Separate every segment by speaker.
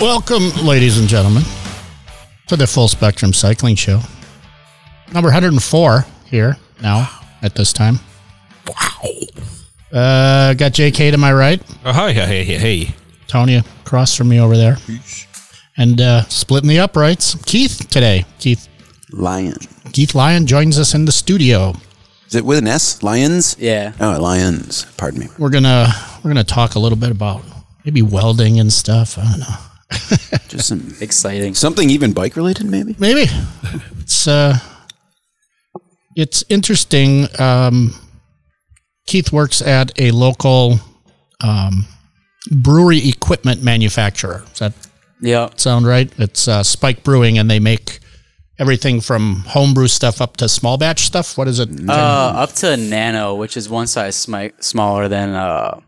Speaker 1: Welcome, ladies and gentlemen, to the Full Spectrum Cycling Show. Number 104 here now at this time. Wow. Uh, got JK to my right,
Speaker 2: Oh, hi, hey, hey, hey.
Speaker 1: Tony across from me over there. And uh, splitting the uprights, Keith today. Keith
Speaker 3: Lion.
Speaker 1: Keith Lyon joins us in the studio.
Speaker 3: Is it with an S? Lions?
Speaker 4: Yeah.
Speaker 3: Oh, lions. Pardon me.
Speaker 1: We're gonna we're gonna talk a little bit about maybe welding and stuff. I don't know.
Speaker 3: Just some
Speaker 4: Exciting.
Speaker 3: something even bike related, maybe.
Speaker 1: maybe it's uh it's interesting um keith works at a local um brewery equipment manufacturer does that
Speaker 4: Yeah.
Speaker 1: sound right it's uh spike brewing and they make everything from homebrew stuff up to small batch stuff what is it
Speaker 4: Uh, up to nano, which is one size smi- smaller than uh,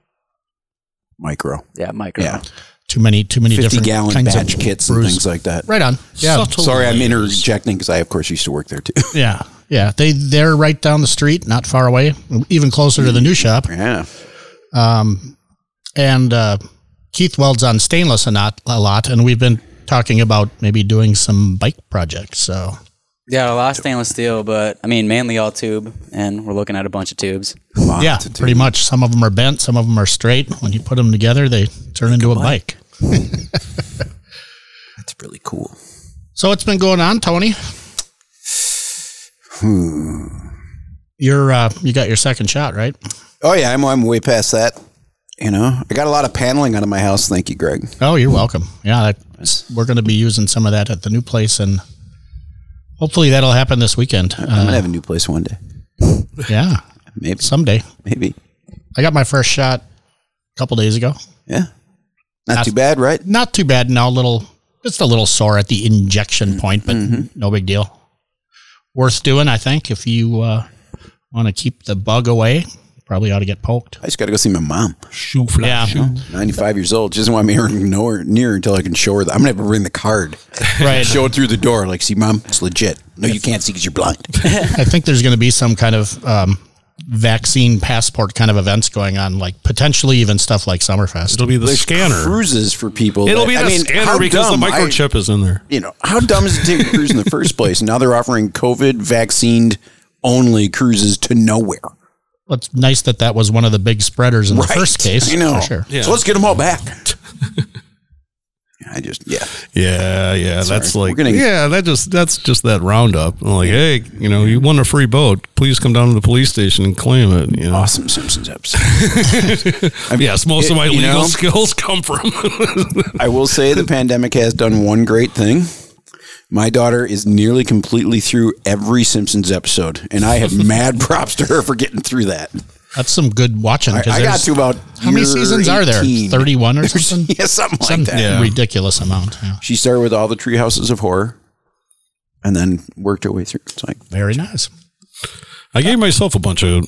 Speaker 3: Micro.
Speaker 4: yeah, micro.
Speaker 3: Yeah.
Speaker 1: too many too many
Speaker 3: Fifty
Speaker 1: different
Speaker 3: gallon
Speaker 1: kinds
Speaker 3: batch
Speaker 1: of
Speaker 3: kits
Speaker 1: brews.
Speaker 3: and things like that.
Speaker 1: right on yeah
Speaker 2: Subtle
Speaker 3: Sorry, I'm
Speaker 2: ways.
Speaker 3: interjecting because I, of course, used to work there too.
Speaker 1: yeah yeah they they're right down the street not far away even closer to the new shop
Speaker 3: yeah.
Speaker 1: and uh, Keith welds on stainless a lot, a lot, and we've been talking about maybe doing some bike projects. So
Speaker 4: Yeah, a lot of stainless steel, but I mean, mainly all tube, and we're looking at a bunch of tubes.
Speaker 3: Lots
Speaker 1: yeah,
Speaker 3: Ah, to do.
Speaker 1: pretty much. Some of them are bent, some of them are straight. When you put them together, they turn into a bike.
Speaker 3: That's really cool.
Speaker 1: So what's been going on, Tony?
Speaker 3: Hmm.
Speaker 1: You're uh, you got your second shot, right?
Speaker 3: Oh yeah, I'm I'm way past that. You know, I got a lot of paneling out of my house. Thank you, Greg.
Speaker 1: Oh, you're welcome. Yeah, that, we're going to be using some of that at the new place, and hopefully that'll happen this weekend.
Speaker 3: I'm
Speaker 1: Uh,
Speaker 3: gonna have a new place one day.
Speaker 1: yeah,
Speaker 3: Maybe.
Speaker 1: someday.
Speaker 3: Maybe.
Speaker 1: I got my first shot a couple days ago.
Speaker 3: Yeah. Not too bad, right?
Speaker 1: not too bad now. Little, just a little sore at the injection point, but
Speaker 3: Mm-hmm.
Speaker 1: no big deal. Worth doing, I think. If you uh, want to keep the bug away, probably ought to get poked.
Speaker 3: I just got to go see my mom.
Speaker 2: Shoe fly,
Speaker 1: Yeah.
Speaker 2: shoe.
Speaker 3: 95 years old. She doesn't want me nowhere near her until I can show her. That. I'm gonna have to bring the card.
Speaker 1: Right.
Speaker 3: Show it through the door. Like, see, mom, it's legit. No, you can't see because you're blind.
Speaker 1: I think there's going to be some kind of um, vaccine passport kind of events going on, like potentially even stuff like Summerfest.
Speaker 2: It'll be the
Speaker 3: There's
Speaker 2: scanner.
Speaker 3: cruises for people.
Speaker 2: It'll
Speaker 3: that-
Speaker 2: be the
Speaker 3: I mean,
Speaker 2: scanner
Speaker 3: how
Speaker 2: because the
Speaker 3: dumb, I-
Speaker 2: microchip is in there.
Speaker 3: you know, how dumb is it to take a cruise in the first place? Now they're offering COVID vaccinated only cruises to nowhere.
Speaker 1: Well, it's nice that that was one of the big spreaders in the first case.
Speaker 3: you know.
Speaker 1: for sure.
Speaker 2: Yeah.
Speaker 3: So let's get them all back. I just, yeah.
Speaker 2: Yeah, yeah. That's
Speaker 3: We're
Speaker 2: like
Speaker 3: gonna-
Speaker 2: yeah. That just that's just that roundup. I'm like, hey, you know, you won a free boat. Please come down to the police station and claim it. You know.
Speaker 3: Awesome Simpsons episode.
Speaker 2: Yes, most of my
Speaker 3: It- you
Speaker 2: legal
Speaker 3: know-
Speaker 2: skills come from.
Speaker 3: I will say the pandemic has done one great thing. My daughter is nearly completely through every Simpsons episode, and I have mad props to her for getting through that.
Speaker 1: That's some good watching.
Speaker 3: I,
Speaker 1: 'cause
Speaker 3: I got
Speaker 1: there's-
Speaker 3: to about
Speaker 1: How many
Speaker 3: year
Speaker 1: seasons are there?
Speaker 3: 18.
Speaker 1: Thirty-one or something.
Speaker 3: yeah, something like
Speaker 1: Some
Speaker 3: that.
Speaker 2: Yeah.
Speaker 1: ridiculous amount. Yeah.
Speaker 3: She started with all the tree houses of horror, and then worked her way through. It's like
Speaker 1: Very nice.
Speaker 2: I gave myself a bunch of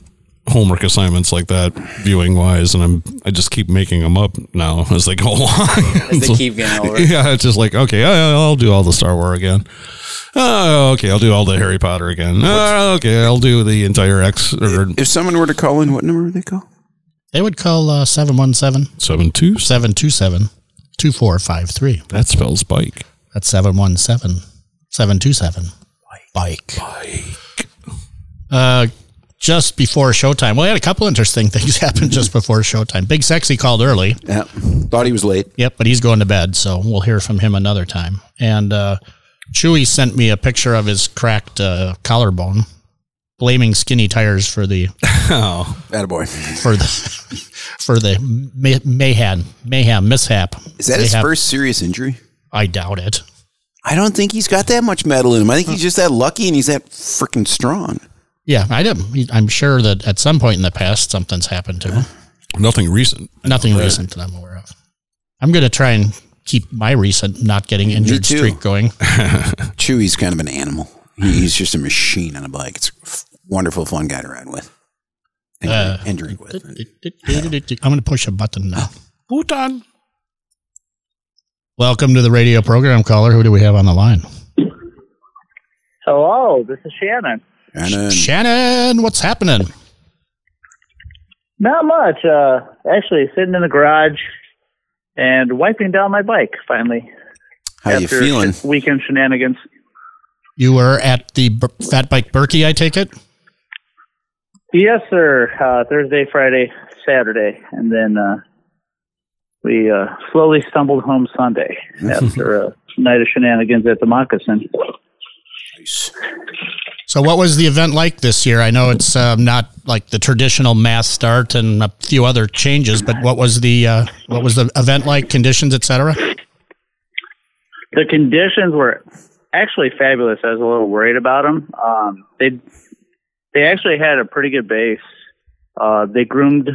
Speaker 2: homework assignments like that, viewing wise, and I'm I just keep making them up now as they go along.
Speaker 4: As they keep getting older.
Speaker 2: yeah, it's just like okay, I, I'll do all the Star Wars again. Oh, okay, I'll do all the Harry Potter again. Oh, okay, I'll do the entire X or
Speaker 3: if someone were to call in, what number would they call?
Speaker 1: They would call uh, 717
Speaker 2: seven two.
Speaker 1: 727 2453.
Speaker 2: That spells bike.
Speaker 1: That's 717 727. Bike. Bike. Uh, just before showtime. Well, I had a couple interesting things happen just before showtime. Big Sexy called early.
Speaker 3: Yeah, thought he was late.
Speaker 1: Yep, but he's going to bed, so we'll hear from him another time. And uh, Chewy sent me a picture of his cracked uh, collarbone, blaming skinny tires for the
Speaker 2: Oh,
Speaker 3: Attaboy.
Speaker 1: for the for the may- mayhem mayhem mishap.
Speaker 3: Is that his
Speaker 1: Mayhap.
Speaker 3: first serious injury?
Speaker 1: I doubt it.
Speaker 3: I don't think he's got that much metal in him. I think he's just that lucky, and he's that freaking strong.
Speaker 1: Yeah, I didn't. I'm sure that at some point in the past something's happened to him.
Speaker 2: nothing recent.
Speaker 1: Nothing recent that I'm aware of. I'm going to try and keep my recent not getting injured
Speaker 3: too.
Speaker 1: streak going.
Speaker 3: Chewy's kind of an animal. He- He's just a machine on a bike. It's a f- wonderful, fun guy to ride with and,
Speaker 1: Uh,
Speaker 3: and drink with.
Speaker 1: I'm going to push a button now.
Speaker 2: Bhutan.
Speaker 1: Welcome to the radio program caller. Who do we have on the line?
Speaker 5: Hello, this is Shannon.
Speaker 3: And, uh,
Speaker 1: Shannon, what's happening?
Speaker 5: Not much. Uh, actually, sitting in the garage, and wiping down my bike finally.
Speaker 3: How you
Speaker 5: after
Speaker 3: feeling?
Speaker 5: sh- Weekend shenanigans.
Speaker 1: You were at the B- Fat Bike Berkey, I take it?
Speaker 5: Yes, sir. Uh, Thursday, Friday, Saturday, and then uh, we uh, slowly stumbled home Sunday after a night of shenanigans at the Moccasin.
Speaker 1: So, what was the event like this year? I know it's um, not like the traditional mass start and a few other changes, but what was the uh, what was the event like? Conditions, etc.
Speaker 5: the conditions were actually fabulous. I was a little worried about them. Um, they they actually had a pretty good base. Uh, they groomed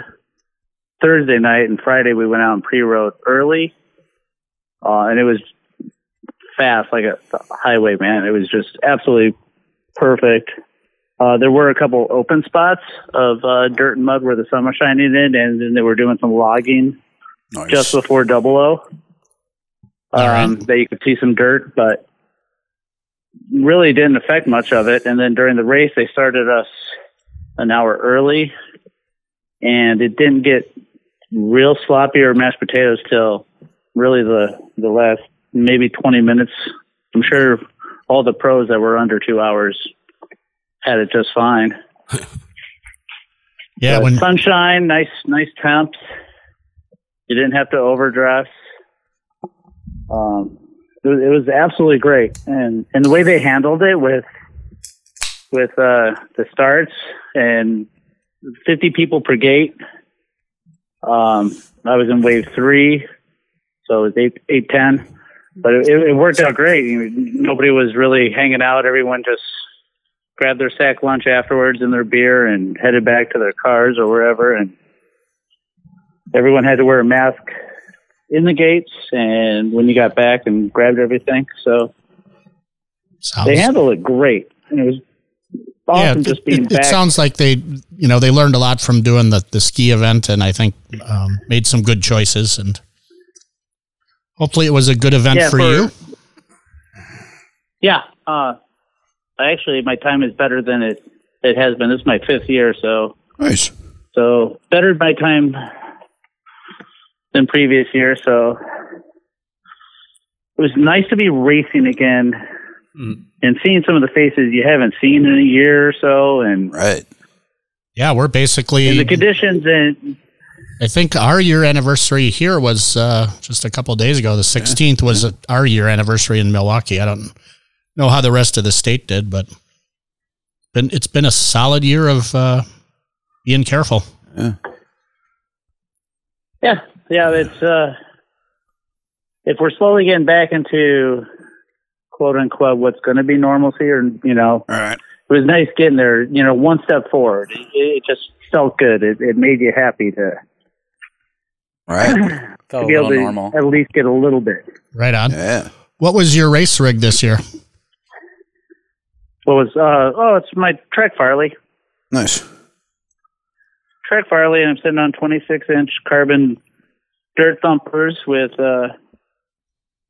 Speaker 5: Thursday night and Friday. We went out and pre-rode early, uh, and it was fast, like a highway man. It was just absolutely perfect. Uh, there were a couple open spots of uh, dirt and mud where the sun was shining in, and then they were doing some logging
Speaker 3: Nice.
Speaker 5: just before double O.
Speaker 1: All right.
Speaker 5: Um, That you could see some dirt, but really didn't affect much of it. And then during the race, they started us an hour early, and it didn't get real sloppy or mashed potatoes till really the the last maybe 20 minutes. I'm sure all the pros that were under two hours had it just fine.
Speaker 1: Yeah,
Speaker 5: But
Speaker 1: when
Speaker 5: sunshine, nice, nice temps. You didn't have to overdress. Um, it, was, it was absolutely great, and and the way they handled it with with uh, the starts and fifty people per gate. Um, I was in wave three, so it was eight eight ten, but it, it worked out great. You know, Nobody was really hanging out. Everyone just grabbed their sack lunch afterwards and their beer and headed back to their cars or wherever and everyone had to wear a mask in the gates and when you got back and grabbed everything so
Speaker 1: sounds,
Speaker 5: they handled it great and it was
Speaker 1: yeah,
Speaker 5: awesome
Speaker 1: it,
Speaker 5: just being
Speaker 1: it- it
Speaker 5: back
Speaker 1: sounds like they you know they learned a lot from doing the the ski event, and I think um, made some good choices, and hopefully it was a good event
Speaker 5: Yeah,
Speaker 1: for,
Speaker 5: for-
Speaker 1: you.
Speaker 5: yeah uh actually my time is better than it it has been this is my fifth year so
Speaker 3: nice.
Speaker 5: so bettered my time than previous year. So it was nice to be racing again
Speaker 4: Mm.
Speaker 5: and seeing some of the faces you haven't seen in a year or so, and,
Speaker 3: Right.
Speaker 1: Yeah, we're
Speaker 5: and
Speaker 1: basically.
Speaker 5: the conditions and
Speaker 1: I think our year anniversary here was uh, just a couple days ago. The sixteenth was our year anniversary in Milwaukee. I don't know how the rest of the state did, but been it's been a solid year of uh, being careful.
Speaker 5: yeah, yeah. It's uh, if we're slowly getting back into quote unquote what's going to be normalcy, or you know,
Speaker 3: All right.
Speaker 5: it was nice getting there. You know, one step forward. It, it just felt good. It, it made you happy to.
Speaker 3: All right.
Speaker 4: Felt a
Speaker 5: to be able
Speaker 4: little
Speaker 5: to
Speaker 4: normal.
Speaker 5: at least get a little bit.
Speaker 1: Right on.
Speaker 3: Yeah.
Speaker 1: What was your race rig this year?
Speaker 5: What was uh oh it's my Trek Farley.
Speaker 3: Nice.
Speaker 5: Trek Farley and I'm sitting on twenty six inch carbon dirt thumpers with uh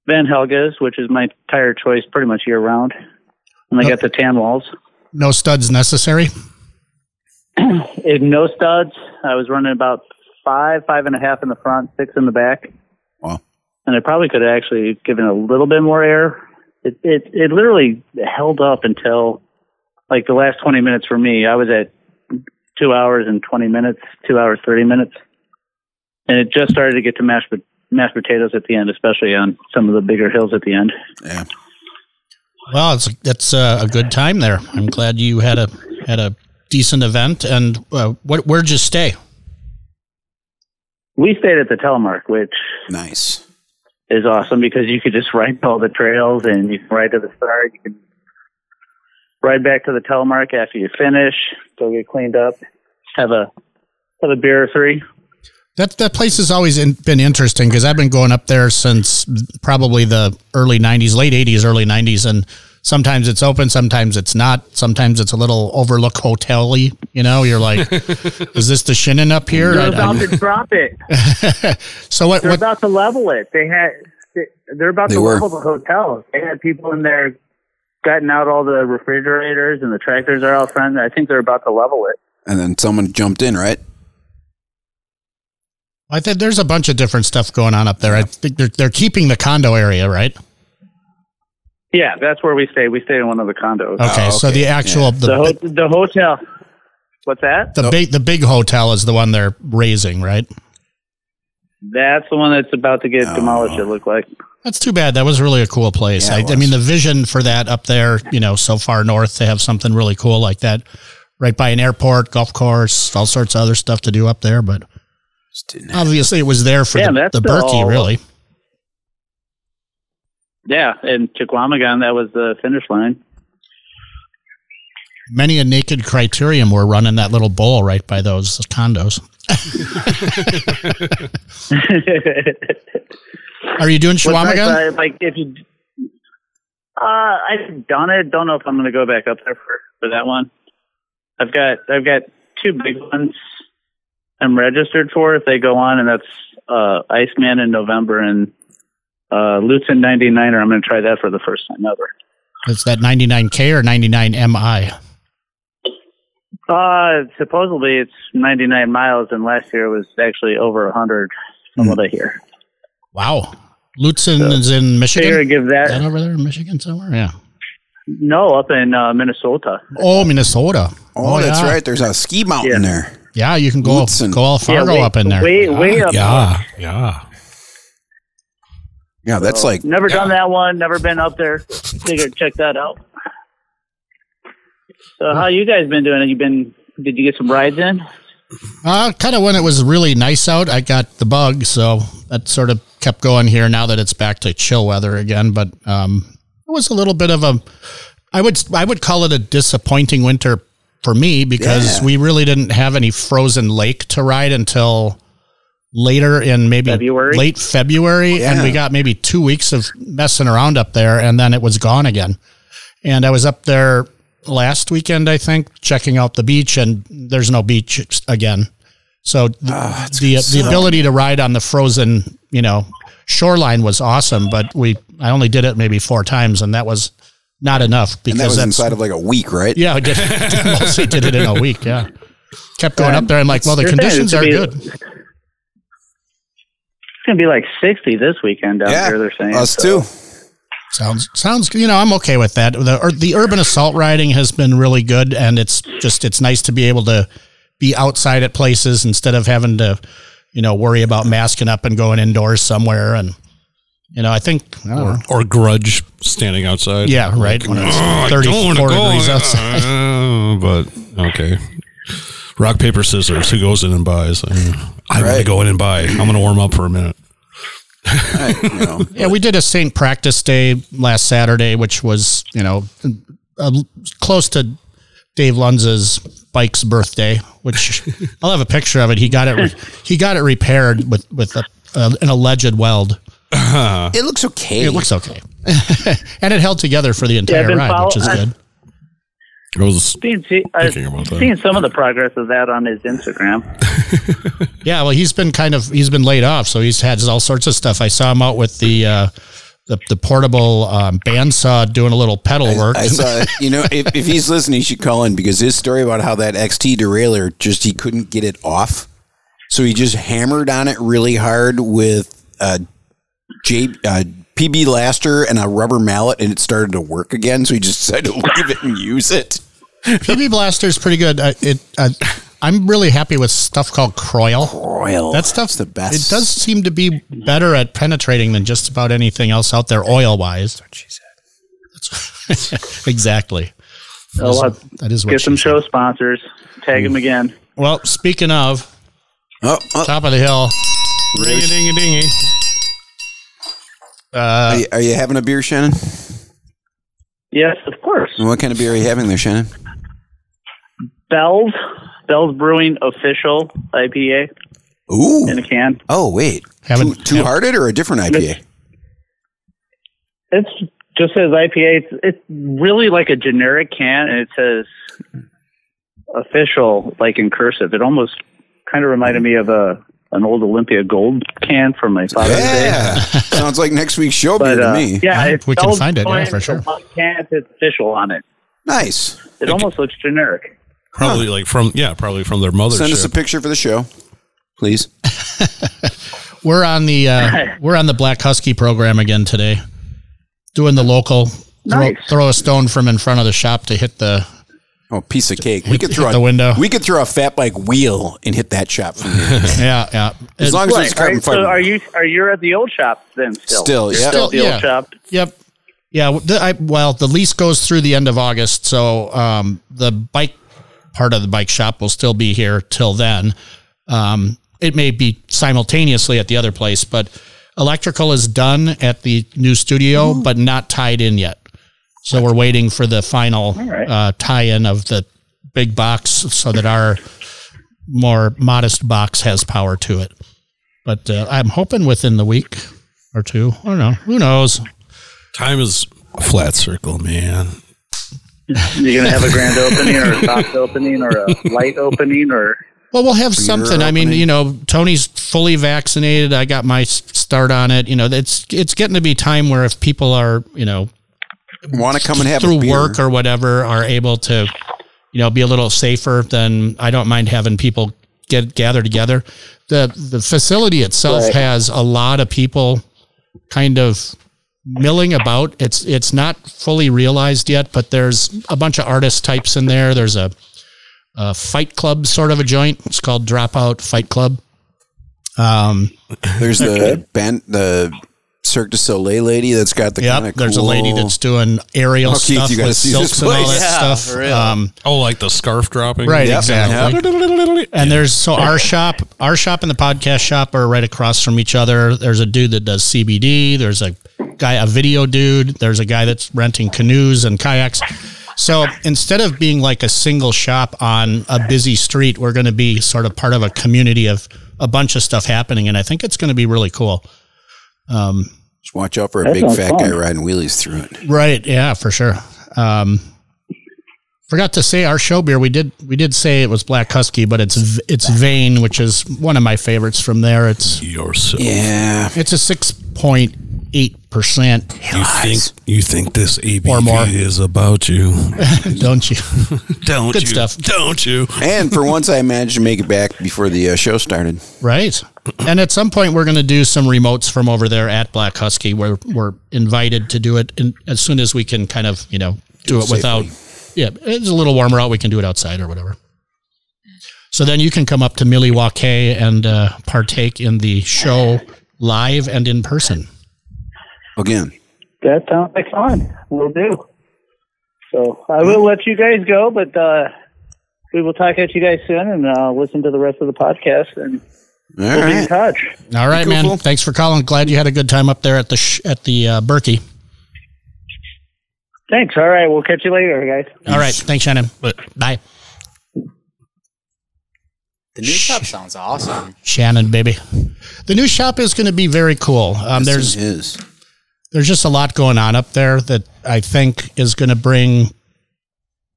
Speaker 5: Van Helgas, which is my tire choice pretty much year round. And I got the tan walls.
Speaker 1: No studs necessary.
Speaker 5: It no studs. I was running about five, five and a half in the front, six in the back.
Speaker 3: Wow.
Speaker 5: And I probably could have actually given a little bit more air. It it it literally held up until like the last twenty minutes for me. I was at two hours and twenty minutes, two hours thirty minutes, and it just started to get to mashed pot- mashed potatoes at the end, especially on some of the bigger hills at the end.
Speaker 3: Yeah.
Speaker 1: Well, it's that's uh, a good time there. I'm glad you had a had a decent event. And uh, what, where'd you stay?
Speaker 5: We stayed at the Telemark, which
Speaker 3: Nice.
Speaker 5: is awesome because you could just ride all the trails and you can ride to the start. You can ride back to the telemark after you finish, go get cleaned up, have a have a beer or three.
Speaker 1: That that place has always in, been interesting because I've been going up there since probably the early '90s, late '80s, early '90s, and sometimes it's open, sometimes it's not. Sometimes it's a little overlook hotel-y. You know, you're like, is this the Shinnin up here?
Speaker 5: They're
Speaker 1: I-
Speaker 5: about
Speaker 1: I'm-
Speaker 5: to drop it.
Speaker 1: so what?
Speaker 5: They're
Speaker 1: what
Speaker 5: about to level it. They had they're about
Speaker 3: They
Speaker 5: to
Speaker 3: were.
Speaker 5: level the hotel. They had people in there gotten out all the refrigerators and the tractors are out front. I think they're about to level it.
Speaker 3: And then someone jumped in, right?
Speaker 1: I think there's a bunch of different stuff going on up there. I think they're they're keeping the condo area, right?
Speaker 5: Yeah, that's where we stay. We stay in one of the condos.
Speaker 1: Okay, so the actual
Speaker 5: The,
Speaker 1: the
Speaker 5: ho- the hotel. What's that?
Speaker 1: the big the big hotel is the one they're raising, right?
Speaker 5: That's the one that's about to get demolished. It looked like.
Speaker 1: That's too bad. That was really a cool place.
Speaker 3: Yeah,
Speaker 1: I,
Speaker 3: it
Speaker 1: I mean, the vision for that up there, you know, so far north to have something really cool like that, right by an airport, golf course, all sorts of other stuff to do up there. But
Speaker 3: Just didn't have-
Speaker 1: obviously, it was there for
Speaker 5: Yeah,
Speaker 1: the,
Speaker 5: that's
Speaker 1: the Berkey,
Speaker 5: all-
Speaker 1: really.
Speaker 5: Yeah, in Chiquamagon, that was the finish line.
Speaker 1: Many a naked criterium were running that little bowl right by those condos. Are you doing
Speaker 5: What's nice,
Speaker 1: Shawamigan?
Speaker 5: uh, like if you, uh, I've done it. Don't know if I'm going to go back up there for, for that one. I've got I've got two big ones. I'm registered for if they go on, and that's uh, Iceman in November and uh, Luton 99er. I'm going to try that for the first time ever.
Speaker 1: Is that 99K or 99MI?
Speaker 5: Uh, supposedly it's 99 miles, and last year it was actually over 100, from what I hear.
Speaker 1: Hmm. Wow. Lutzen is in
Speaker 5: Figure
Speaker 1: Michigan.
Speaker 5: to give
Speaker 1: Is that
Speaker 5: that
Speaker 1: over there in Michigan somewhere? Yeah.
Speaker 5: no up in uh, Minnesota.
Speaker 1: Oh, Minnesota.
Speaker 3: Oh, that's
Speaker 1: yeah.
Speaker 3: right. There's a ski mountain
Speaker 5: Yeah.
Speaker 3: there.
Speaker 1: Yeah, you can go
Speaker 3: Lutzen.
Speaker 1: go all Fargo
Speaker 5: way,
Speaker 1: up in there.
Speaker 5: Way, way up.
Speaker 2: Yeah, yeah.
Speaker 3: Yeah, that's like
Speaker 5: Never done that one. Never been up there. Figured check that out. So how you guys been doing? You been? Did you get some rides in?
Speaker 1: Uh, kind of when it was really nice out, I got the bug, so that sort of kept going here. Now that it's back to chill weather again, but um, it was a little bit of a, I would I would call it a disappointing winter for me because
Speaker 3: Yeah.
Speaker 1: we really didn't have any frozen lake to ride until later in maybe
Speaker 5: February?
Speaker 1: late February, and we
Speaker 3: Yeah.
Speaker 1: got maybe two weeks of messing around up there, and then it was gone again. And I was up there last weekend, I think, checking out the beach, and there's no beach again. So th-
Speaker 3: Ah,
Speaker 1: the the ability to ride on the frozen, you know, shoreline was awesome, but we I only did it maybe four times, and that was not enough
Speaker 3: and that
Speaker 1: because
Speaker 3: was
Speaker 1: that's
Speaker 3: inside of like a week, right?
Speaker 1: yeah, I did, mostly did it in a week. Yeah, kept going up there. I'm like, well, the
Speaker 5: You're saying
Speaker 1: conditions
Speaker 5: it
Speaker 1: are
Speaker 5: should be-
Speaker 1: good.
Speaker 5: It's gonna be like sixty this weekend out
Speaker 3: Yeah,
Speaker 5: here. They're saying
Speaker 3: us
Speaker 5: So
Speaker 3: too.
Speaker 1: Sounds sounds you know I'm okay with that. The ur- the urban assault riding has been really good, and it's just it's nice to be able to be outside at places instead of having to you know worry about masking up and going indoors somewhere. And you know I think I don't know.
Speaker 2: Or grudge standing outside.
Speaker 1: yeah right when it's
Speaker 2: Oh, I don't
Speaker 1: 34
Speaker 2: wanna go.
Speaker 1: degrees outside.
Speaker 2: Uh, but okay. Rock, paper, scissors. Who goes in and buys? Uh, I'm going to
Speaker 3: Right.
Speaker 2: go in and buy. I'm going to warm up for a minute.
Speaker 3: Right, you know.
Speaker 1: Yeah, we did a Saint practice day last Saturday, which was you know uh, close to Dave Lunz's bike's birthday. Which I'll have a picture of it. He got it. Re- he got it repaired with with a, uh, an alleged weld.
Speaker 3: It looks okay.
Speaker 1: It looks okay, and it held together for the
Speaker 5: I've
Speaker 1: entire
Speaker 5: been
Speaker 1: ride, which is
Speaker 5: follow-
Speaker 1: good.
Speaker 2: It was
Speaker 5: Seen, see, I've
Speaker 2: Thinking about that.
Speaker 5: seen some of the progress of that on his Instagram.
Speaker 1: Yeah, well, he's been kind of he's been laid off, so he's had all sorts of stuff. I saw him out with the. Uh, the, the portable um, bandsaw doing a little pedal work.
Speaker 3: I saw it. You know, if, if he's listening, he should call in because his story about how that XT derailleur just he couldn't get it off, so he just hammered on it really hard with uh, J, uh, PB laster and a rubber mallet, and it started to work again. So he just decided to leave it and use it.
Speaker 1: PB Blaster is pretty good. I, it, I, I'm really happy with stuff called Croil.
Speaker 3: Royal.
Speaker 1: That stuff's
Speaker 3: the best.
Speaker 1: It does seem to be better at penetrating than just about anything else out there, oil wise. That's what she said. exactly.
Speaker 5: So let's
Speaker 1: That is what.
Speaker 5: get
Speaker 1: she
Speaker 5: some
Speaker 1: said.
Speaker 5: show sponsors. Tag him again.
Speaker 1: Well, speaking of
Speaker 3: Oh, oh,
Speaker 1: top of the hill,
Speaker 2: ring a dingy dingy.
Speaker 3: are, you, are you having a beer, Shannon?
Speaker 5: Yes, of course.
Speaker 3: What kind of beer are you having there, Shannon?
Speaker 5: Bell's Bell's Brewing official IPA
Speaker 3: Ooh.
Speaker 5: in a can.
Speaker 3: Oh wait,
Speaker 1: Haven't-
Speaker 3: two, two hearted or a different IPA?
Speaker 5: It's just says IPA. It's, it's really like a generic can, and it says official, like in cursive. It almost kind of reminded me of a an old Olympia gold can from my father's day.
Speaker 3: Yeah, sounds like next week's show beer
Speaker 5: But
Speaker 3: to
Speaker 5: uh,
Speaker 3: me.
Speaker 1: Yeah,
Speaker 5: yeah, it's
Speaker 1: we can
Speaker 5: Bell's
Speaker 1: find it, yeah,
Speaker 5: Brewing,
Speaker 1: for
Speaker 5: it's
Speaker 1: sure.
Speaker 5: a white Can it says official on it.
Speaker 3: Nice.
Speaker 5: It almost looks generic.
Speaker 2: Probably like from yeah, probably from their mothership.
Speaker 3: Send us a picture for the show, please.
Speaker 1: We're on the uh, we're on the Black Husky program again today, doing the local
Speaker 5: Nice.
Speaker 1: throw, throw a stone from in front of the shop to hit the
Speaker 3: Oh, piece of cake. We could throw
Speaker 1: the
Speaker 3: a,
Speaker 1: window.
Speaker 3: We could throw a fat bike wheel and hit that shop from here.
Speaker 1: yeah yeah
Speaker 3: as
Speaker 1: It-
Speaker 3: long as it's
Speaker 5: Right.
Speaker 3: carbon
Speaker 5: right.
Speaker 3: fiber.
Speaker 5: So are you are you at the old shop then? Still,
Speaker 3: Still,
Speaker 5: You're
Speaker 3: yeah.
Speaker 5: still at the
Speaker 1: Still, yeah.
Speaker 5: old shop.
Speaker 1: Yep. Yeah. w- The, I, well, the lease goes through the end of August, so um, the bike part of the bike shop will still be here till then. Um, it may be simultaneously at the other place, but electrical is done at the new studio, but not tied in yet. So we're waiting for the final
Speaker 5: right.
Speaker 1: uh, tie-in of the big box, so that our more modest box has power to it. But uh, I'm hoping within the week or two. I don't know. Who knows?
Speaker 2: Time is a flat circle, man.
Speaker 5: You're gonna have a grand opening or a soft opening or a light opening or
Speaker 1: Well, we'll have something. I mean, you know, Tony's fully vaccinated. I got my s- start on it. You know, it's it's getting to be time where if people are, you know,
Speaker 3: Want to come and have a
Speaker 1: through
Speaker 3: beer.
Speaker 1: work or whatever are able to, you know, be a little safer, then I don't mind having people get gather together. The the facility itself
Speaker 5: Right.
Speaker 1: has a lot of people kind of milling about. It's it's not fully realized yet, but there's a bunch of artist types in there. There's a, a fight club sort of a joint. It's called Dropout Fight Club. Um,
Speaker 3: There's the band, the Cirque du Soleil lady that's got the
Speaker 1: yep.
Speaker 3: kinda
Speaker 1: There's a lady
Speaker 3: cool-
Speaker 1: that's doing aerial
Speaker 3: Oh, Keith,
Speaker 1: stuff
Speaker 3: you gotta
Speaker 1: with
Speaker 3: see
Speaker 1: silks
Speaker 3: this
Speaker 1: and all
Speaker 3: place.
Speaker 1: that
Speaker 4: Yeah,
Speaker 1: stuff.
Speaker 4: for real.
Speaker 1: Um,
Speaker 2: Oh, like the scarf dropping?
Speaker 1: right,
Speaker 3: Yep.
Speaker 1: exactly. And there's so our shop, our shop and the podcast shop are right across from each other. There's a dude that does CBD. There's a guy, a video dude. There's a guy that's renting canoes and kayaks. So instead of being like a single shop on a busy street, we're going to be sort of part of a community of a bunch of stuff happening, and I think it's going to be really cool.
Speaker 3: Just watch out for a
Speaker 5: That
Speaker 3: big
Speaker 5: sounds
Speaker 3: fat
Speaker 5: fun.
Speaker 3: guy riding wheelies through it.
Speaker 1: Right? Yeah, for sure. Um, forgot to say our show beer. We did we did say it was Black Husky, but it's V- it's Vane, which is one of my favorites from there. It's
Speaker 2: Yourself.
Speaker 3: Yeah.
Speaker 1: It's a six point eight percent,
Speaker 2: You think you think this ABV
Speaker 1: Or more.
Speaker 2: is about you?
Speaker 1: don't you?
Speaker 2: Don't
Speaker 1: Good
Speaker 2: you?
Speaker 1: stuff.
Speaker 2: Don't you?
Speaker 3: And for once, I managed to make it back before the uh, show started.
Speaker 1: right. And at some point, we're going to do some remotes from over there at Black Husky. We're we're invited to do it in, as soon as we can, kind of you know, do it without. Yeah, it's a little warmer out. We can do it outside or whatever. So then you can come up to Milwaukee and uh, partake in the show live and in person.
Speaker 3: Again,
Speaker 5: That sounds like fun. We'll do. So I will let you guys go, but uh, we will talk at you guys soon and uh, listen to the rest of the podcast and
Speaker 3: all
Speaker 5: we'll be in
Speaker 3: right.
Speaker 5: touch.
Speaker 1: All right, man.
Speaker 3: cool.
Speaker 1: Thanks for calling. Glad you had a good time up there at the sh- at the uh, Berkey.
Speaker 5: Thanks. All right. We'll catch you later, guys.
Speaker 1: All right, thanks, Shannon. Bye,
Speaker 4: The new shop sounds awesome.
Speaker 1: Shannon, baby. The new shop is going to be very cool. Um, there's
Speaker 3: his.
Speaker 1: there's just a lot going on up there that I think is going to bring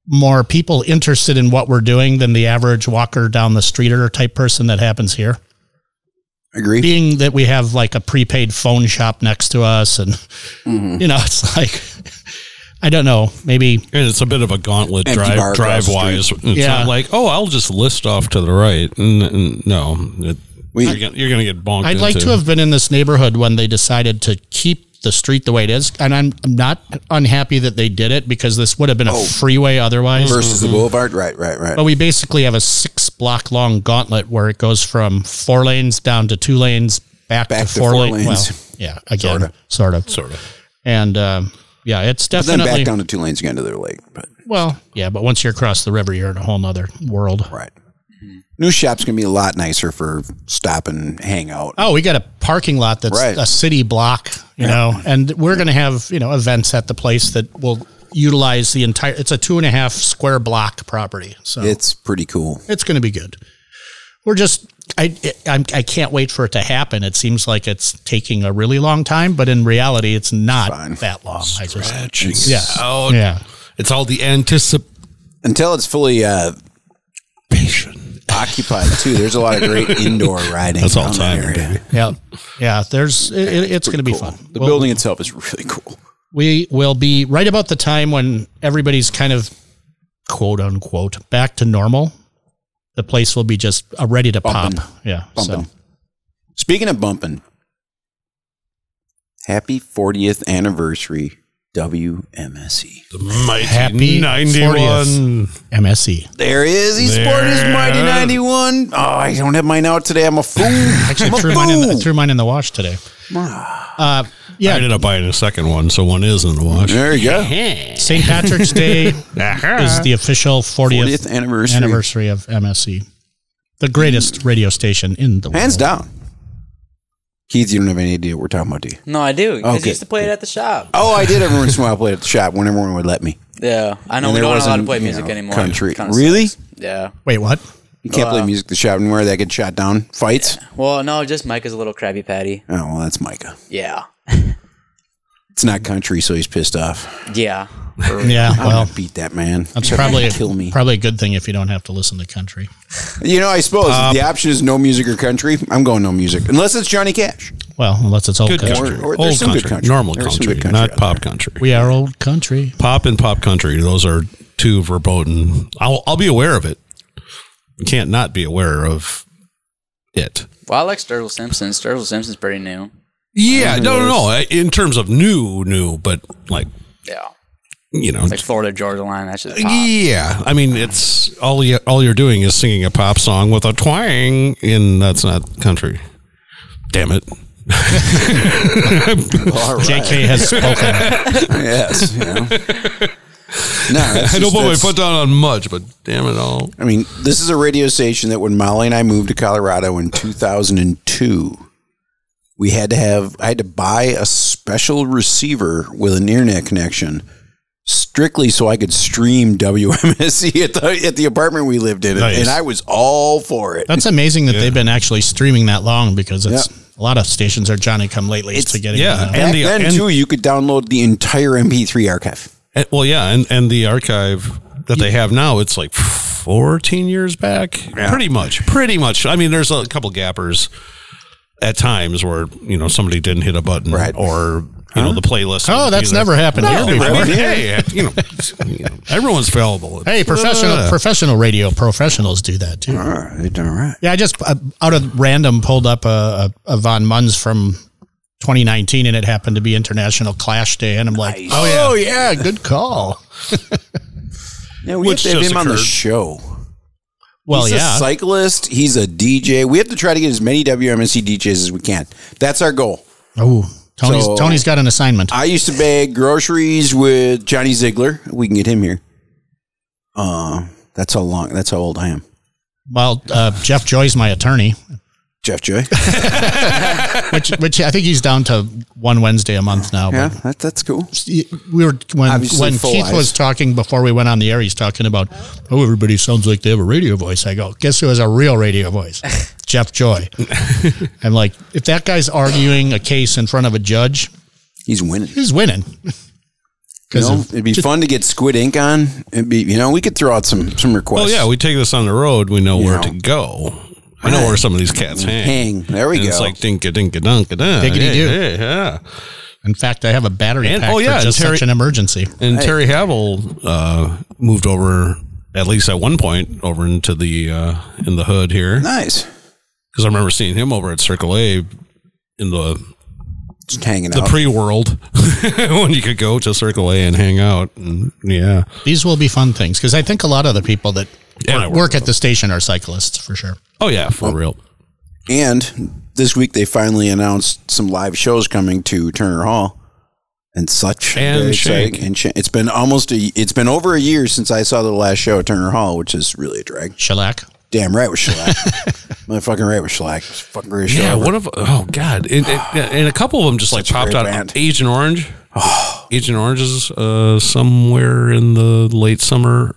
Speaker 1: more people interested in what we're doing than the average walker down the street or type person that happens here.
Speaker 3: Agree.
Speaker 1: Being that we have like a prepaid phone shop next to us, and you know, it's like I don't know, maybe
Speaker 2: And it's a bit of a gauntlet
Speaker 3: Empty bar
Speaker 2: drive
Speaker 3: across
Speaker 2: drive
Speaker 3: the
Speaker 2: wise. It's
Speaker 1: Yeah.
Speaker 2: not like, oh, I'll just list off to the right. N- n- no, It-
Speaker 3: We-
Speaker 2: you're, gonna, you're gonna get bonked.
Speaker 1: I'd like
Speaker 2: into.
Speaker 1: to have been in this neighborhood when they decided to keep the street the way it is. And I'm, I'm not unhappy that they did it because this would have been a freeway otherwise.
Speaker 3: Versus the boulevard. Right, right, right.
Speaker 1: Mm-hmm. But we basically have a six block long gauntlet where it goes from four lanes down to two lanes, back,
Speaker 3: Back
Speaker 1: to, four, lanes.
Speaker 3: lanes.
Speaker 1: Well, yeah, again, sort of.
Speaker 2: sort of.
Speaker 1: And um, yeah, it's
Speaker 3: But then
Speaker 1: definitely.
Speaker 3: back down to two lanes again to the lake. But
Speaker 1: Well, yeah, but once you're across the river, you're in a whole nother world.
Speaker 3: right. New shop's gonna be a lot nicer for stop and hang out.
Speaker 1: Oh, we got a parking lot that's
Speaker 3: Right.
Speaker 1: a city block, you know, and we're going to have, you know, events at the place that will utilize the entire, it's a two and a half square block property. So it's,
Speaker 3: It's pretty cool.
Speaker 1: going to be good. We're just, I, I'm, I can't wait for it to happen. It seems like it's taking a really long time, but in reality, it's not that long. I just, yeah.
Speaker 2: Out.
Speaker 1: Yeah.
Speaker 2: It's all the anticipation.
Speaker 3: Until it's fully uh, occupied too. There's a lot of great indoor riding.
Speaker 2: That's all
Speaker 3: around that
Speaker 2: time,
Speaker 3: area.
Speaker 2: baby.
Speaker 1: Yeah. Yeah. There's, it, it- it's going to be
Speaker 3: Cool.
Speaker 1: fun.
Speaker 3: The
Speaker 1: We'll-
Speaker 3: building itself is really cool.
Speaker 1: we will be right about the time when everybody's kind of quote unquote back to normal. The place will be just uh, ready to
Speaker 3: Bumping.
Speaker 1: pop. Yeah.
Speaker 3: Bumping.
Speaker 1: So
Speaker 3: Speaking of bumping, happy 40th anniversary, WMSE.
Speaker 2: Mighty
Speaker 1: Happy
Speaker 2: 91.
Speaker 1: MSE.
Speaker 3: There he is. He sported his mighty
Speaker 2: There.
Speaker 3: 91. Oh, I don't have mine out today. I'm a fool.
Speaker 1: Actually,
Speaker 3: I'm
Speaker 1: I
Speaker 3: a
Speaker 1: threw, mine in the, I
Speaker 3: fool.
Speaker 1: threw mine in the wash today. Uh,
Speaker 2: I
Speaker 1: yeah,
Speaker 2: ended up buying a second one, so one is in the wash.
Speaker 3: There you go.
Speaker 1: St. Patrick's Day is the official 40th,
Speaker 3: 40th anniversary.
Speaker 1: anniversary of MSE, the greatest radio station in the
Speaker 3: Hands
Speaker 1: world.
Speaker 3: down. Keith, you don't have any idea what we're talking about, do you?
Speaker 4: No, I do. Because
Speaker 3: Okay.
Speaker 4: used to play it at the shop.
Speaker 3: Oh, I did every once in a while play at the shop when everyone would let me.
Speaker 4: Yeah, I know
Speaker 3: And
Speaker 4: we
Speaker 3: there
Speaker 4: don't allow to
Speaker 3: wasn't,
Speaker 4: play
Speaker 3: you
Speaker 4: music
Speaker 3: know,
Speaker 4: anymore.
Speaker 3: country.
Speaker 4: Kinda
Speaker 3: Really?
Speaker 4: sucks. Uh, Yeah.
Speaker 1: Wait, what?
Speaker 3: You can't play music at the shop anymore. That gets shot down. Fights.
Speaker 4: Well, no, just Mike is a little crabby patty.
Speaker 3: Oh, well, that's Micah.
Speaker 4: Yeah.
Speaker 3: It's not country, so he's pissed off.
Speaker 4: Yeah.
Speaker 1: Yeah,
Speaker 3: I'm
Speaker 1: well,
Speaker 3: gonna beat that man.
Speaker 1: that's
Speaker 3: He'll
Speaker 1: probably
Speaker 3: kill me.
Speaker 1: probably a good thing if you don't have to listen to country.
Speaker 3: You know, I suppose if the option is no music or country. I'm going no music unless it's Johnny Cash.
Speaker 1: Well, unless it's old
Speaker 2: Good
Speaker 1: country.
Speaker 2: country.
Speaker 3: Or- or there's
Speaker 2: Old
Speaker 3: some good
Speaker 2: country.
Speaker 3: country.
Speaker 2: Normal
Speaker 3: There's some
Speaker 2: country,
Speaker 3: good country
Speaker 2: Not
Speaker 3: out
Speaker 2: pop country.
Speaker 1: We are old country.
Speaker 2: Pop and pop country. Those are two verboten. I'll, I'll be aware of it. You can't not be aware of it.
Speaker 4: Well, I like Sturgill Simpson. Sturgill Simpson's pretty new.
Speaker 2: Yeah, no, no, no. uh, In terms of new, new, but like,
Speaker 4: Yeah.
Speaker 2: you know,
Speaker 4: Like Florida Georgia Line. That's just pop.
Speaker 2: Yeah, I mean, it's all you, all you're doing is singing a pop song with a twang, and that's not country. Damn it!
Speaker 3: All right.
Speaker 1: JK has spoken.
Speaker 3: yes. You know. no, that's
Speaker 2: I don't
Speaker 3: just-
Speaker 2: put my
Speaker 3: that's-
Speaker 2: foot down on much, but damn it all.
Speaker 3: I mean, this is a radio station that when Molly and I moved to Colorado in 2002, we had to have, I had to buy a special receiver with an internet connection strictly so I could stream WMSC E at the, at the apartment we lived in.
Speaker 2: Nice.
Speaker 3: And I was all for it.
Speaker 1: That's amazing that they've been actually streaming that long because it's
Speaker 3: Yeah.
Speaker 1: a lot of stations are Johnny come lately
Speaker 3: It's-
Speaker 1: to getting
Speaker 2: yeah,
Speaker 1: on that.
Speaker 2: and
Speaker 3: Back
Speaker 2: the-
Speaker 3: then,
Speaker 2: and-
Speaker 3: too, you could download the entire MP3 archive.
Speaker 2: And- well, yeah, and and the archive that they have now, it's like 14 years back, pretty much, pretty much. I mean, there's a couple gappers at times where you know somebody didn't hit a button,
Speaker 3: Right.
Speaker 2: or you know the playlist.
Speaker 1: Oh, that's never happened
Speaker 2: No,
Speaker 1: here
Speaker 2: I
Speaker 1: before.
Speaker 2: mean, hey, you know, you know, everyone's fallible.
Speaker 1: Hey, professional
Speaker 2: Uh,
Speaker 1: professional radio professionals do that too.
Speaker 3: All right, all right.
Speaker 1: Yeah, I just uh, out of random pulled up a, a, a Von Munz from 2019, and it happened to be International Clash Day, and I'm like, oh yeah, good call.
Speaker 3: Yeah, we
Speaker 2: Which
Speaker 3: have to have
Speaker 2: just
Speaker 3: him on the
Speaker 2: occurred.
Speaker 3: show.
Speaker 1: Well,
Speaker 3: he's
Speaker 1: yeah,
Speaker 3: a cyclist. He's a DJ. We have to try to get as many WMSC DJs as we can. That's our goal.
Speaker 1: oh, Tony's
Speaker 3: So-
Speaker 1: Tony's got an assignment.
Speaker 3: I used to bag groceries with Johnny Ziegler. We can get him here. Uh, that's how long. That's how old I am.
Speaker 1: well, uh, Jeff Joy's my attorney,
Speaker 3: Jeff Joy.
Speaker 1: which which I think he's down to one Wednesday a month now.
Speaker 3: yeah,
Speaker 1: But
Speaker 3: that, that's cool.
Speaker 1: we were when
Speaker 3: Obviously
Speaker 1: when
Speaker 3: full
Speaker 1: Keith
Speaker 3: eyes.
Speaker 1: was talking before we went on the air, he's talking about oh everybody sounds like they have a radio voice. I go, guess who has a real radio voice? Jeff Joy. I'm like, if that guy's arguing a case in front of a judge,
Speaker 3: He's winning.
Speaker 1: he's winning.
Speaker 3: You
Speaker 1: 'Cause
Speaker 3: know,
Speaker 1: of-
Speaker 3: it'd be fun to get Squid Ink on. It'd be, you know, we could throw out some some
Speaker 2: Well,
Speaker 3: requests.
Speaker 2: Oh, yeah, we take this on the road. We know where
Speaker 3: know.
Speaker 2: to go. I know where some of these cats hang.
Speaker 3: hang. There we
Speaker 2: And
Speaker 3: go.
Speaker 2: It's like dinka dinka dunka dunk.
Speaker 1: Diggity do.
Speaker 2: Yeah, yeah.
Speaker 1: in fact, I have a battery
Speaker 2: And-
Speaker 1: pack
Speaker 2: oh, yeah,
Speaker 1: for just
Speaker 2: and Terry-
Speaker 1: such an emergency.
Speaker 2: And Terry Havel uh, moved over, at least at one point, over into the uh, in the hood here
Speaker 3: nice.
Speaker 2: because I remember seeing him over at Circle A in the
Speaker 3: Just hanging
Speaker 2: the
Speaker 3: out.
Speaker 2: pre world when you could go to Circle A and hang out. And, yeah,
Speaker 1: These will be fun things because I think a lot of the people that
Speaker 2: Yeah,
Speaker 1: work,
Speaker 2: we're-
Speaker 1: work at the station are cyclists for sure.
Speaker 2: oh yeah, for real.
Speaker 3: and this week they finally announced some live shows coming to Turner Hall and such.
Speaker 2: And
Speaker 3: Very exciting.
Speaker 2: Shank.
Speaker 3: And Shank. It's been almost a. It's been over a year since I saw the last show at Turner Hall, which is really a drag.
Speaker 1: Shellac.
Speaker 3: Damn right with shellac. Motherfucking right with shellac. It's the fucking greatest
Speaker 2: Yeah,
Speaker 3: show. ever.
Speaker 2: one of oh god, and, and, and a couple of them just like
Speaker 3: Such a
Speaker 2: popped
Speaker 3: great
Speaker 2: out.
Speaker 3: band. Oh.
Speaker 2: Agent Orange, Agent Orange is uh, somewhere in the late summer,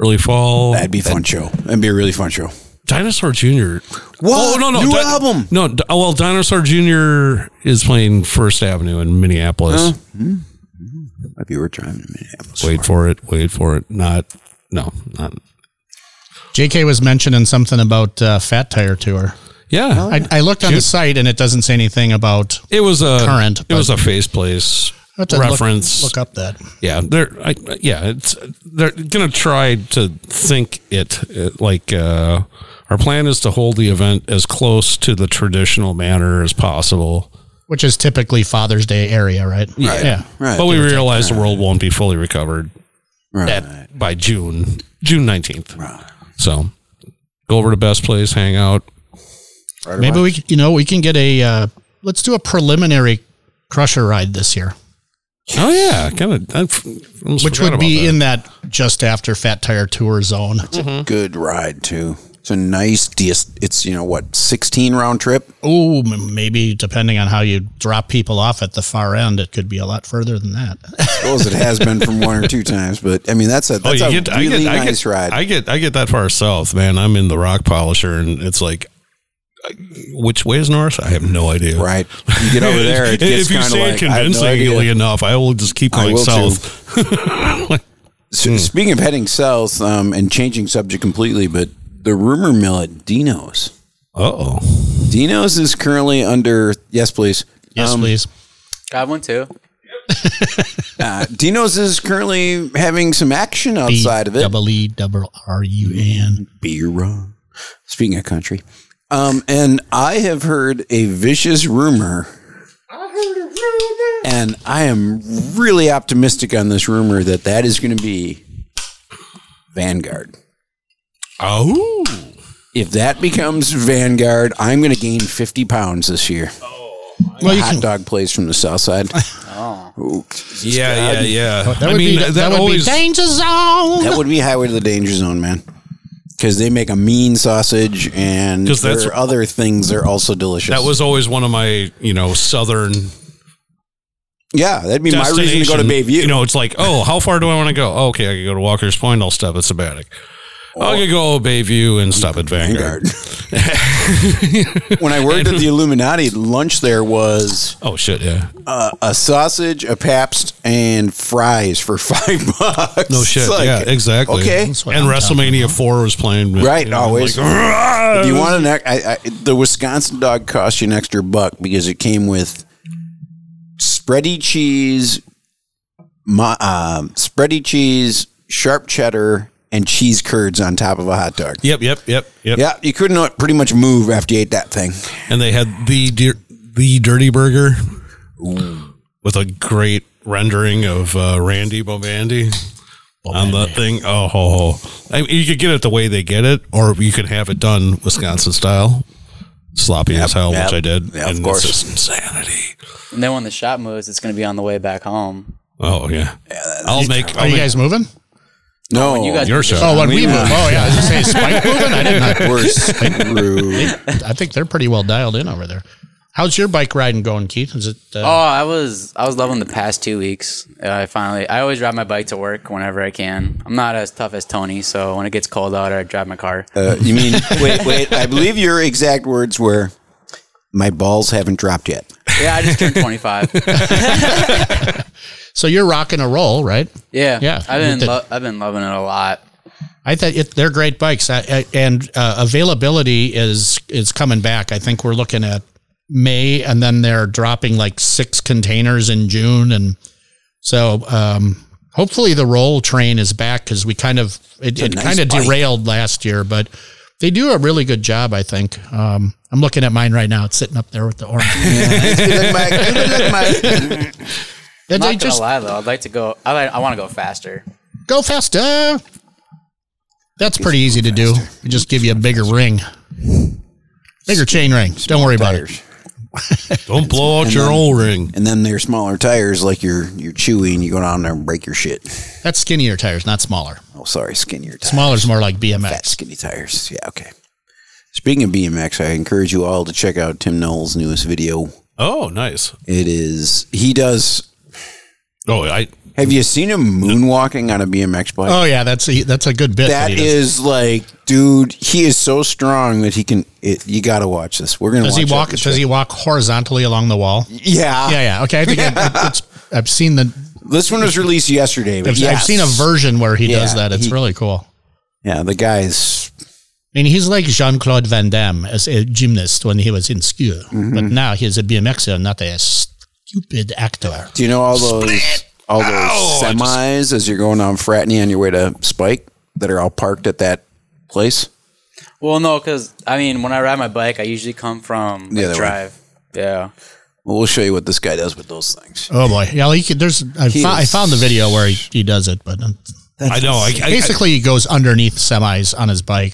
Speaker 2: early fall.
Speaker 3: That'd be a fun show. That'd be a really fun show. Oh,
Speaker 2: Dinosaur Junior.
Speaker 3: What? New album.
Speaker 2: Oh, No, di- oh, well, Dinosaur Junior is playing First Avenue in Minneapolis.
Speaker 3: I'd be worth driving to Minneapolis.
Speaker 2: Wait for it. Wait for it. Not. No. Not.
Speaker 1: JK was mentioning something about uh, Fat Tire Tour.
Speaker 2: Yeah.
Speaker 1: I, I looked on the site and it doesn't say anything about.
Speaker 2: it was a
Speaker 1: Current,
Speaker 2: It
Speaker 1: but-
Speaker 2: was a face place
Speaker 1: I'll have to look-
Speaker 2: reference.
Speaker 1: Look, up that.
Speaker 2: Yeah, they're I, yeah, it's they're gonna try to think it uh, like uh, Our plan is to hold the event as close to the traditional manner as possible.
Speaker 1: which is typically Father's Day area, right?
Speaker 3: Right.
Speaker 1: Yeah.
Speaker 3: Right.
Speaker 2: But we realize the world won't be fully recovered
Speaker 3: right.
Speaker 2: at, by June, June 19th.
Speaker 3: Right.
Speaker 2: So go over to Best Place, hang out.
Speaker 3: Right
Speaker 1: Maybe
Speaker 3: around-
Speaker 1: we, c- you know, we can get a. Uh, let's do a preliminary crusher ride this year,
Speaker 2: Oh, yeah. Kind of.
Speaker 1: which would be in that just after Fat Tire Tour zone.
Speaker 3: good ride too. It's a nice. Dis- it's you know what, sixteen round trip.
Speaker 1: Oh, m- maybe depending on how you drop people off at the far end, it could be a lot further than that.
Speaker 3: Suppose it has been from one or two times, but I mean that's a
Speaker 2: Oh,
Speaker 3: that's
Speaker 2: you
Speaker 3: a
Speaker 2: get,
Speaker 3: really
Speaker 2: I get, I
Speaker 3: nice
Speaker 2: get,
Speaker 3: ride.
Speaker 2: I get, I get that far south, man. I'm in the rock polisher, and it's like, I- which way is north? I have no idea.
Speaker 3: right. You get over there. It
Speaker 2: If-
Speaker 3: gets
Speaker 2: if you
Speaker 3: kind of
Speaker 2: say it
Speaker 3: like I have no
Speaker 2: convincingly
Speaker 3: idea.
Speaker 2: enough, I will just keep
Speaker 3: I
Speaker 2: going
Speaker 3: will
Speaker 2: south. hmm.
Speaker 3: S- Speaking of heading south um, and changing subject completely, but the rumor mill at Dino's.
Speaker 2: Uh oh.
Speaker 3: Dino's is currently under yes, please.
Speaker 1: Yes,
Speaker 3: Um,
Speaker 1: please.
Speaker 4: I have one too.
Speaker 3: Uh, Dino's is currently having some action outside of it.
Speaker 1: double E double R U N.
Speaker 3: Be wrong. Speaking of country, um, and I have heard a vicious rumor. I heard a rumor, and I am really optimistic on this rumor that that is going to be Vanguard.
Speaker 2: Oh.
Speaker 3: If that becomes Vanguard, I'm going to gain 50 pounds this year.
Speaker 1: Well, Oh, you
Speaker 3: hot
Speaker 1: can.
Speaker 3: dog place from the south side. oh.
Speaker 2: Yeah, yeah, yeah.
Speaker 1: That would
Speaker 2: I mean,
Speaker 1: be,
Speaker 2: that,
Speaker 1: that, would
Speaker 2: always.
Speaker 1: be danger zone.
Speaker 3: That would be highway to the danger zone, man. Because they make a mean sausage, and
Speaker 2: 'Cause
Speaker 3: there
Speaker 2: that's-
Speaker 3: are other things that are also delicious.
Speaker 2: that was always one of my, you know, southern.
Speaker 3: yeah, that'd be my reason to go to
Speaker 2: destination.
Speaker 3: Bayview.
Speaker 2: You know, it's like, oh, how far do I want to go? Oh, okay, I could go to Walker's Point. I'll stop at Sabatic. I could go Bayview and stop at Vanguard.
Speaker 3: Vanguard. when I worked at the Illuminati, lunch there was
Speaker 2: Oh shit, yeah.
Speaker 3: uh, a sausage, a Pabst, and fries for five bucks.
Speaker 2: No shit.
Speaker 3: It's like,
Speaker 2: yeah, exactly.
Speaker 3: Okay.
Speaker 1: That's what
Speaker 2: and
Speaker 1: I'm
Speaker 2: WrestleMania Four was playing.
Speaker 3: Right, always.
Speaker 2: "Rah!"
Speaker 3: If you want an, ex- I, I, the Wisconsin dog cost you an extra buck because it came with spready cheese, mo- um, spready cheese, sharp cheddar, and cheese curds on top of a hot dog.
Speaker 2: Yep, yep, yep, yep.
Speaker 3: Yeah, you couldn't uh, pretty much move after you ate that thing.
Speaker 2: And they had the dir- the Dirty Burger with a great rendering of uh, Randy Bobandy on that thing. Oh, ho, ho. I mean, you could get it the way they get it, or you could have it done Wisconsin style, sloppy as hell,
Speaker 3: yep.
Speaker 2: which I did.
Speaker 3: Yeah, of
Speaker 2: and
Speaker 3: course.
Speaker 2: It's just insanity.
Speaker 4: And then when the shop moves, it's going to be on the way back home.
Speaker 2: Oh yeah. I'll make.
Speaker 1: Are
Speaker 2: I'll
Speaker 1: you
Speaker 2: make
Speaker 1: guys moving?
Speaker 3: No,
Speaker 4: You guys,
Speaker 2: your show.
Speaker 1: Oh, when we, move. Oh, yeah. I was just saying, Spike moving. I did not.
Speaker 3: were screwed.
Speaker 1: I think they're pretty well dialed in over there. How's your bike riding going, Keith? Is it? Uh,
Speaker 4: Oh, I was I was loving the past two weeks. Uh, I finally I always drive my bike to work whenever I can. I'm not as tough as Tony, so when it gets cold out, I drive my car.
Speaker 3: Uh, you mean wait, wait? I believe your exact words were, "My balls haven't dropped yet."
Speaker 4: Yeah, I just turned 25.
Speaker 1: So you're rocking a roll, right?
Speaker 4: Yeah,
Speaker 1: Yeah,
Speaker 4: I've
Speaker 1: with
Speaker 4: been
Speaker 1: the-
Speaker 4: lo- I've been loving it a lot.
Speaker 1: I think it, they're great bikes, I, I, and uh, availability is is coming back. I think we're looking at May, and then they're dropping like six containers in June, and so um, hopefully the roll train is back because we kind of it, it
Speaker 3: nice
Speaker 1: kind of
Speaker 3: bike.
Speaker 1: derailed last year, but they do a really good job. I think um, I'm looking at mine right now. It's sitting up there with the orange.
Speaker 3: Good luck, Mike. Good luck, Mike.
Speaker 1: Did
Speaker 4: I'm
Speaker 1: they
Speaker 4: not gonna
Speaker 1: just
Speaker 4: lie though, I'd like to go. I like, I want to go faster.
Speaker 1: go faster? That's pretty easy to do. We just give you a bigger ring, bigger chain ring. Don't worry about it.
Speaker 2: Don't blow out your
Speaker 3: then-
Speaker 2: old ring.
Speaker 3: And then they're smaller tires, like you're you're chewy, and you go down there and break your shit.
Speaker 1: That's skinnier tires, not smaller.
Speaker 3: Oh, sorry, skinnier tires.
Speaker 1: Smaller's more like
Speaker 3: Fat,
Speaker 1: BMX.
Speaker 3: skinny tires. Yeah, okay. Speaking of BMX, I encourage you all to check out Tim Knoll's newest video.
Speaker 2: Oh, nice.
Speaker 3: It is he does.
Speaker 2: Oh, I
Speaker 3: Have you seen him moonwalking on a BMX bike?
Speaker 1: Oh yeah, that's a that's a good bit.
Speaker 3: that
Speaker 1: he does.
Speaker 3: is like, dude, he is so strong that he can. It, you got to watch this. We're gonna.
Speaker 1: Does he
Speaker 3: watch it
Speaker 1: walk?
Speaker 3: this
Speaker 1: Does
Speaker 3: way.
Speaker 1: he walk horizontally along the wall?
Speaker 3: Yeah.
Speaker 1: Yeah, yeah. Okay, I think I, it's, I've seen the.
Speaker 3: This one was released yesterday. But
Speaker 1: I've, I've
Speaker 3: yes.
Speaker 1: seen a version where he does
Speaker 3: Yeah,
Speaker 1: that. It's
Speaker 3: he-
Speaker 1: really cool.
Speaker 3: Yeah, the guy's
Speaker 1: I mean, he's like Jean Claude Van Damme as a gymnast when he was in school,
Speaker 3: Mm-hmm.
Speaker 1: but now he's a BMXer, not a stupid actor.
Speaker 3: Do you know all those all those semis as you're going on Fratney on your way to Spike that are all parked at that place?
Speaker 4: Well, no, because I mean, when I ride my bike, I usually come from
Speaker 3: The
Speaker 4: the
Speaker 3: other way.
Speaker 4: drive. Yeah.
Speaker 3: Well, we'll show you what this guy does with those things.
Speaker 1: Oh boy, yeah. He could, there's I,
Speaker 3: He
Speaker 1: fo- I
Speaker 3: is-
Speaker 1: found the video where he, he does it, but um,
Speaker 2: I know. I, I,
Speaker 1: basically he goes underneath semis on his bike,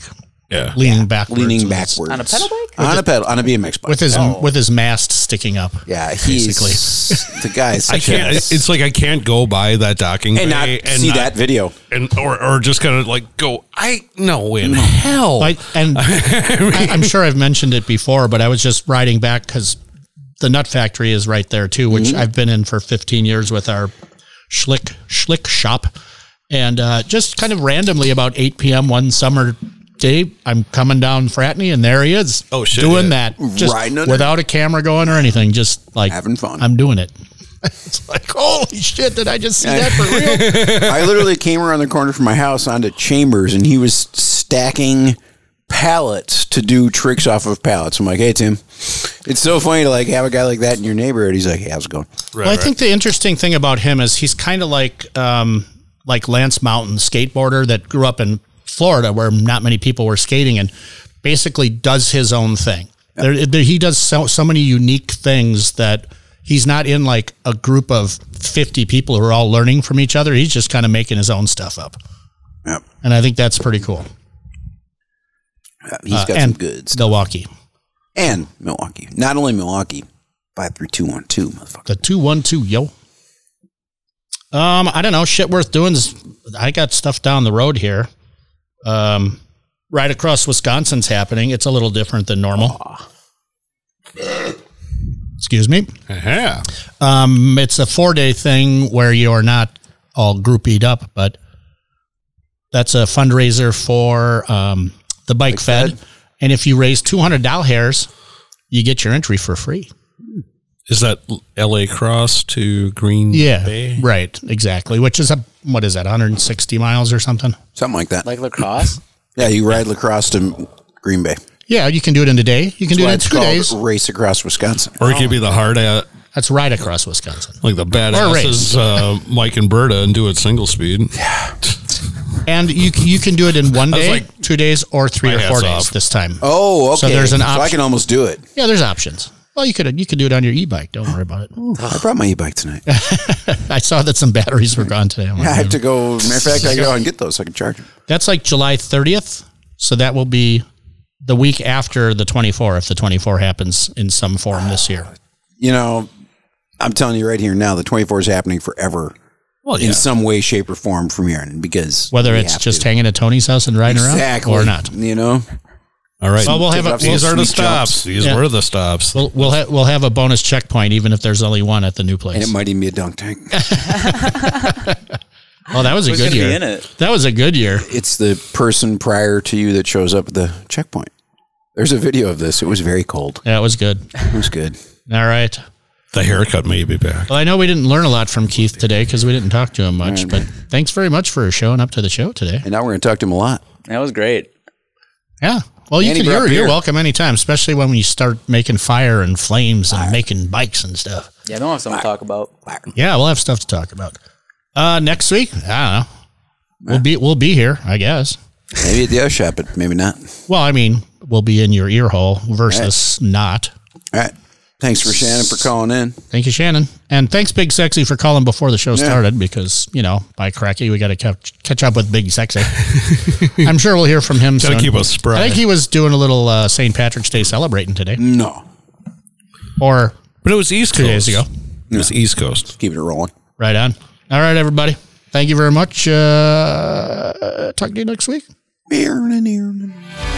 Speaker 2: yeah.
Speaker 1: leaning backwards,
Speaker 3: Leaning
Speaker 1: with his-
Speaker 3: backwards
Speaker 4: On a pedal bike?
Speaker 3: on a pedal on a BMX bike.
Speaker 1: with his with his mast sticking up.
Speaker 3: yeah, he's
Speaker 1: basically.
Speaker 3: the guy. Is
Speaker 2: I
Speaker 3: such
Speaker 2: can't.
Speaker 3: a-
Speaker 2: It's like I can't go by that docking
Speaker 3: and not
Speaker 2: bay and
Speaker 3: see
Speaker 2: not-
Speaker 3: that video.
Speaker 2: and or or just kind of like go. I no in hell.
Speaker 1: I, and I, I'm sure I've mentioned it before, but I was just riding back because the Nut Factory is right there too, which I've been in for 15 years with our Schlick Schlick shop, and uh, just kind of randomly about 8 p.m. one summer day, I'm coming down Fratney, and there he is.
Speaker 2: Oh, shit,
Speaker 1: Doing
Speaker 2: yeah.
Speaker 1: that just
Speaker 3: Riding under.
Speaker 1: without a camera going or anything, just like
Speaker 3: Having fun.
Speaker 1: I'm doing it. it's like holy shit! Did I just see that for real?
Speaker 3: I literally came around the corner from my house onto Chambers, and he was stacking pallets to do tricks off of pallets. I'm like, hey Tim, it's so funny to like have a guy like that in your neighborhood. He's like, hey, how's it going?
Speaker 2: Right,
Speaker 1: well, I
Speaker 2: right.
Speaker 1: think the interesting thing about him is he's kind of like um, like Lance Mountain, skateboarder that grew up in Florida, where not many people were skating, and basically does his own thing. There, there, he does so, so many unique things that he's not in like a group of fifty people who are all learning from each other. He's just kind of making his own stuff up,
Speaker 3: Yep.
Speaker 1: and I think that's pretty cool.
Speaker 3: Uh, He's got some
Speaker 1: and
Speaker 3: good stuff.
Speaker 1: Milwaukee,
Speaker 3: And Milwaukee. Not only Milwaukee, five three two one two, motherfucker.
Speaker 1: the two one two yo. Um, I don't know. Shit worth doing is I got stuff down the road here. Um, right across Wisconsin's happening. It's a little different than normal. Excuse me.
Speaker 2: yeah.
Speaker 1: Um, it's a four day thing where you are not all groupied up, but that's a fundraiser for um, the Bike, Fed. And if you raise two hundred dollars hairs, you get your entry for free.
Speaker 2: Is that L.A. Cross to Green
Speaker 1: Yeah,
Speaker 2: Bay?
Speaker 1: right, exactly. Which is a what is that, 160 miles or something?
Speaker 3: Something like that.
Speaker 4: Like lacrosse?
Speaker 3: yeah, you ride lacrosse to Green Bay.
Speaker 1: Yeah, you can do it in a day. You can do it in
Speaker 3: That's
Speaker 1: two
Speaker 3: called
Speaker 1: days.
Speaker 3: Race Across Wisconsin.
Speaker 2: Or it could be
Speaker 1: Oh.
Speaker 2: the hard at
Speaker 1: That's right across Wisconsin.
Speaker 2: like the badasses uh, Mike and Berta and do it single speed. Yeah.
Speaker 1: And you c- you can do it in one
Speaker 2: was
Speaker 1: day,
Speaker 2: like-
Speaker 1: two days, or three
Speaker 2: My
Speaker 1: or four
Speaker 2: hat's
Speaker 1: days
Speaker 2: off.
Speaker 1: this time.
Speaker 3: Oh, okay.
Speaker 1: So there's an
Speaker 3: So I
Speaker 1: option.
Speaker 3: can almost do it.
Speaker 1: Yeah, there's options. Well, you could you could do it on your e-bike. Don't worry about it.
Speaker 3: I brought my e-bike tonight.
Speaker 1: I saw that some batteries were gone today. I'm like,
Speaker 3: I have to go. Matter of fact, I go and get those so I can charge them.
Speaker 1: That's like July 30th. So that will be the week after the 24, if the 24 happens in some form this year.
Speaker 3: You know, I'm telling you right here now, the 24 is happening forever
Speaker 2: Well,
Speaker 3: in some way, shape, or form from here on because
Speaker 1: Whether
Speaker 3: we
Speaker 1: it's
Speaker 3: have
Speaker 1: just
Speaker 3: to.
Speaker 1: hanging at Tony's house and riding
Speaker 3: exactly
Speaker 1: around or not.
Speaker 3: You know,
Speaker 2: All right.
Speaker 1: Well, we'll have a,
Speaker 3: Take it
Speaker 1: we'll,
Speaker 2: These are the
Speaker 3: Sweet jumps.
Speaker 2: stops. These
Speaker 1: Yeah.
Speaker 2: were the stops.
Speaker 1: We'll we'll, ha- we'll have a bonus checkpoint, even if there's only one at the new
Speaker 3: and
Speaker 1: place.
Speaker 3: it might even be a dunk tank.
Speaker 1: oh, that was a
Speaker 4: Who's
Speaker 1: good
Speaker 4: gonna
Speaker 1: year.
Speaker 4: be in it?
Speaker 1: That was a good year.
Speaker 3: it's the person prior to you that shows up at the checkpoint. There's a video of this. It was very cold.
Speaker 1: That was good.
Speaker 3: It was good.
Speaker 1: All right.
Speaker 2: The haircut may be back.
Speaker 1: Well, I know we didn't learn a lot from Keith today because we didn't talk to him much, but thanks very much for showing up to the show today.
Speaker 3: And now we're going to talk to him a lot.
Speaker 4: That was great.
Speaker 1: Yeah. Well, you
Speaker 3: And he
Speaker 1: can,
Speaker 3: brought
Speaker 1: you're, you're
Speaker 3: beer.
Speaker 1: welcome anytime, especially when you start making fire and flames and making bikes and stuff.
Speaker 4: Yeah, I don't have something to talk about.
Speaker 1: Yeah, we'll have stuff to talk about. Uh, next week, I don't know. We'll be we'll be here, I guess.
Speaker 3: Maybe at the other shop, but maybe not.
Speaker 1: Well, I mean, we'll be in your ear hole versus not.
Speaker 3: All right. Thanks for Shannon for calling in.
Speaker 1: Thank you, Shannon. And thanks, Big Sexy, for calling before the show started because, you know, by cracky, we got to catch, catch up with Big Sexy. I'm sure we'll hear from him
Speaker 2: Gotta
Speaker 1: soon.
Speaker 2: keep us spry.
Speaker 1: I think he was doing a little uh, St. Patrick's Day celebrating today
Speaker 3: No,
Speaker 1: or
Speaker 2: But it was East
Speaker 1: two
Speaker 2: Coast.
Speaker 1: days ago.
Speaker 2: It was East Coast.
Speaker 3: keep it rolling.
Speaker 1: Right on. All right, everybody. Thank you very much. Uh, talk to you next week.
Speaker 3: Beer in an ear.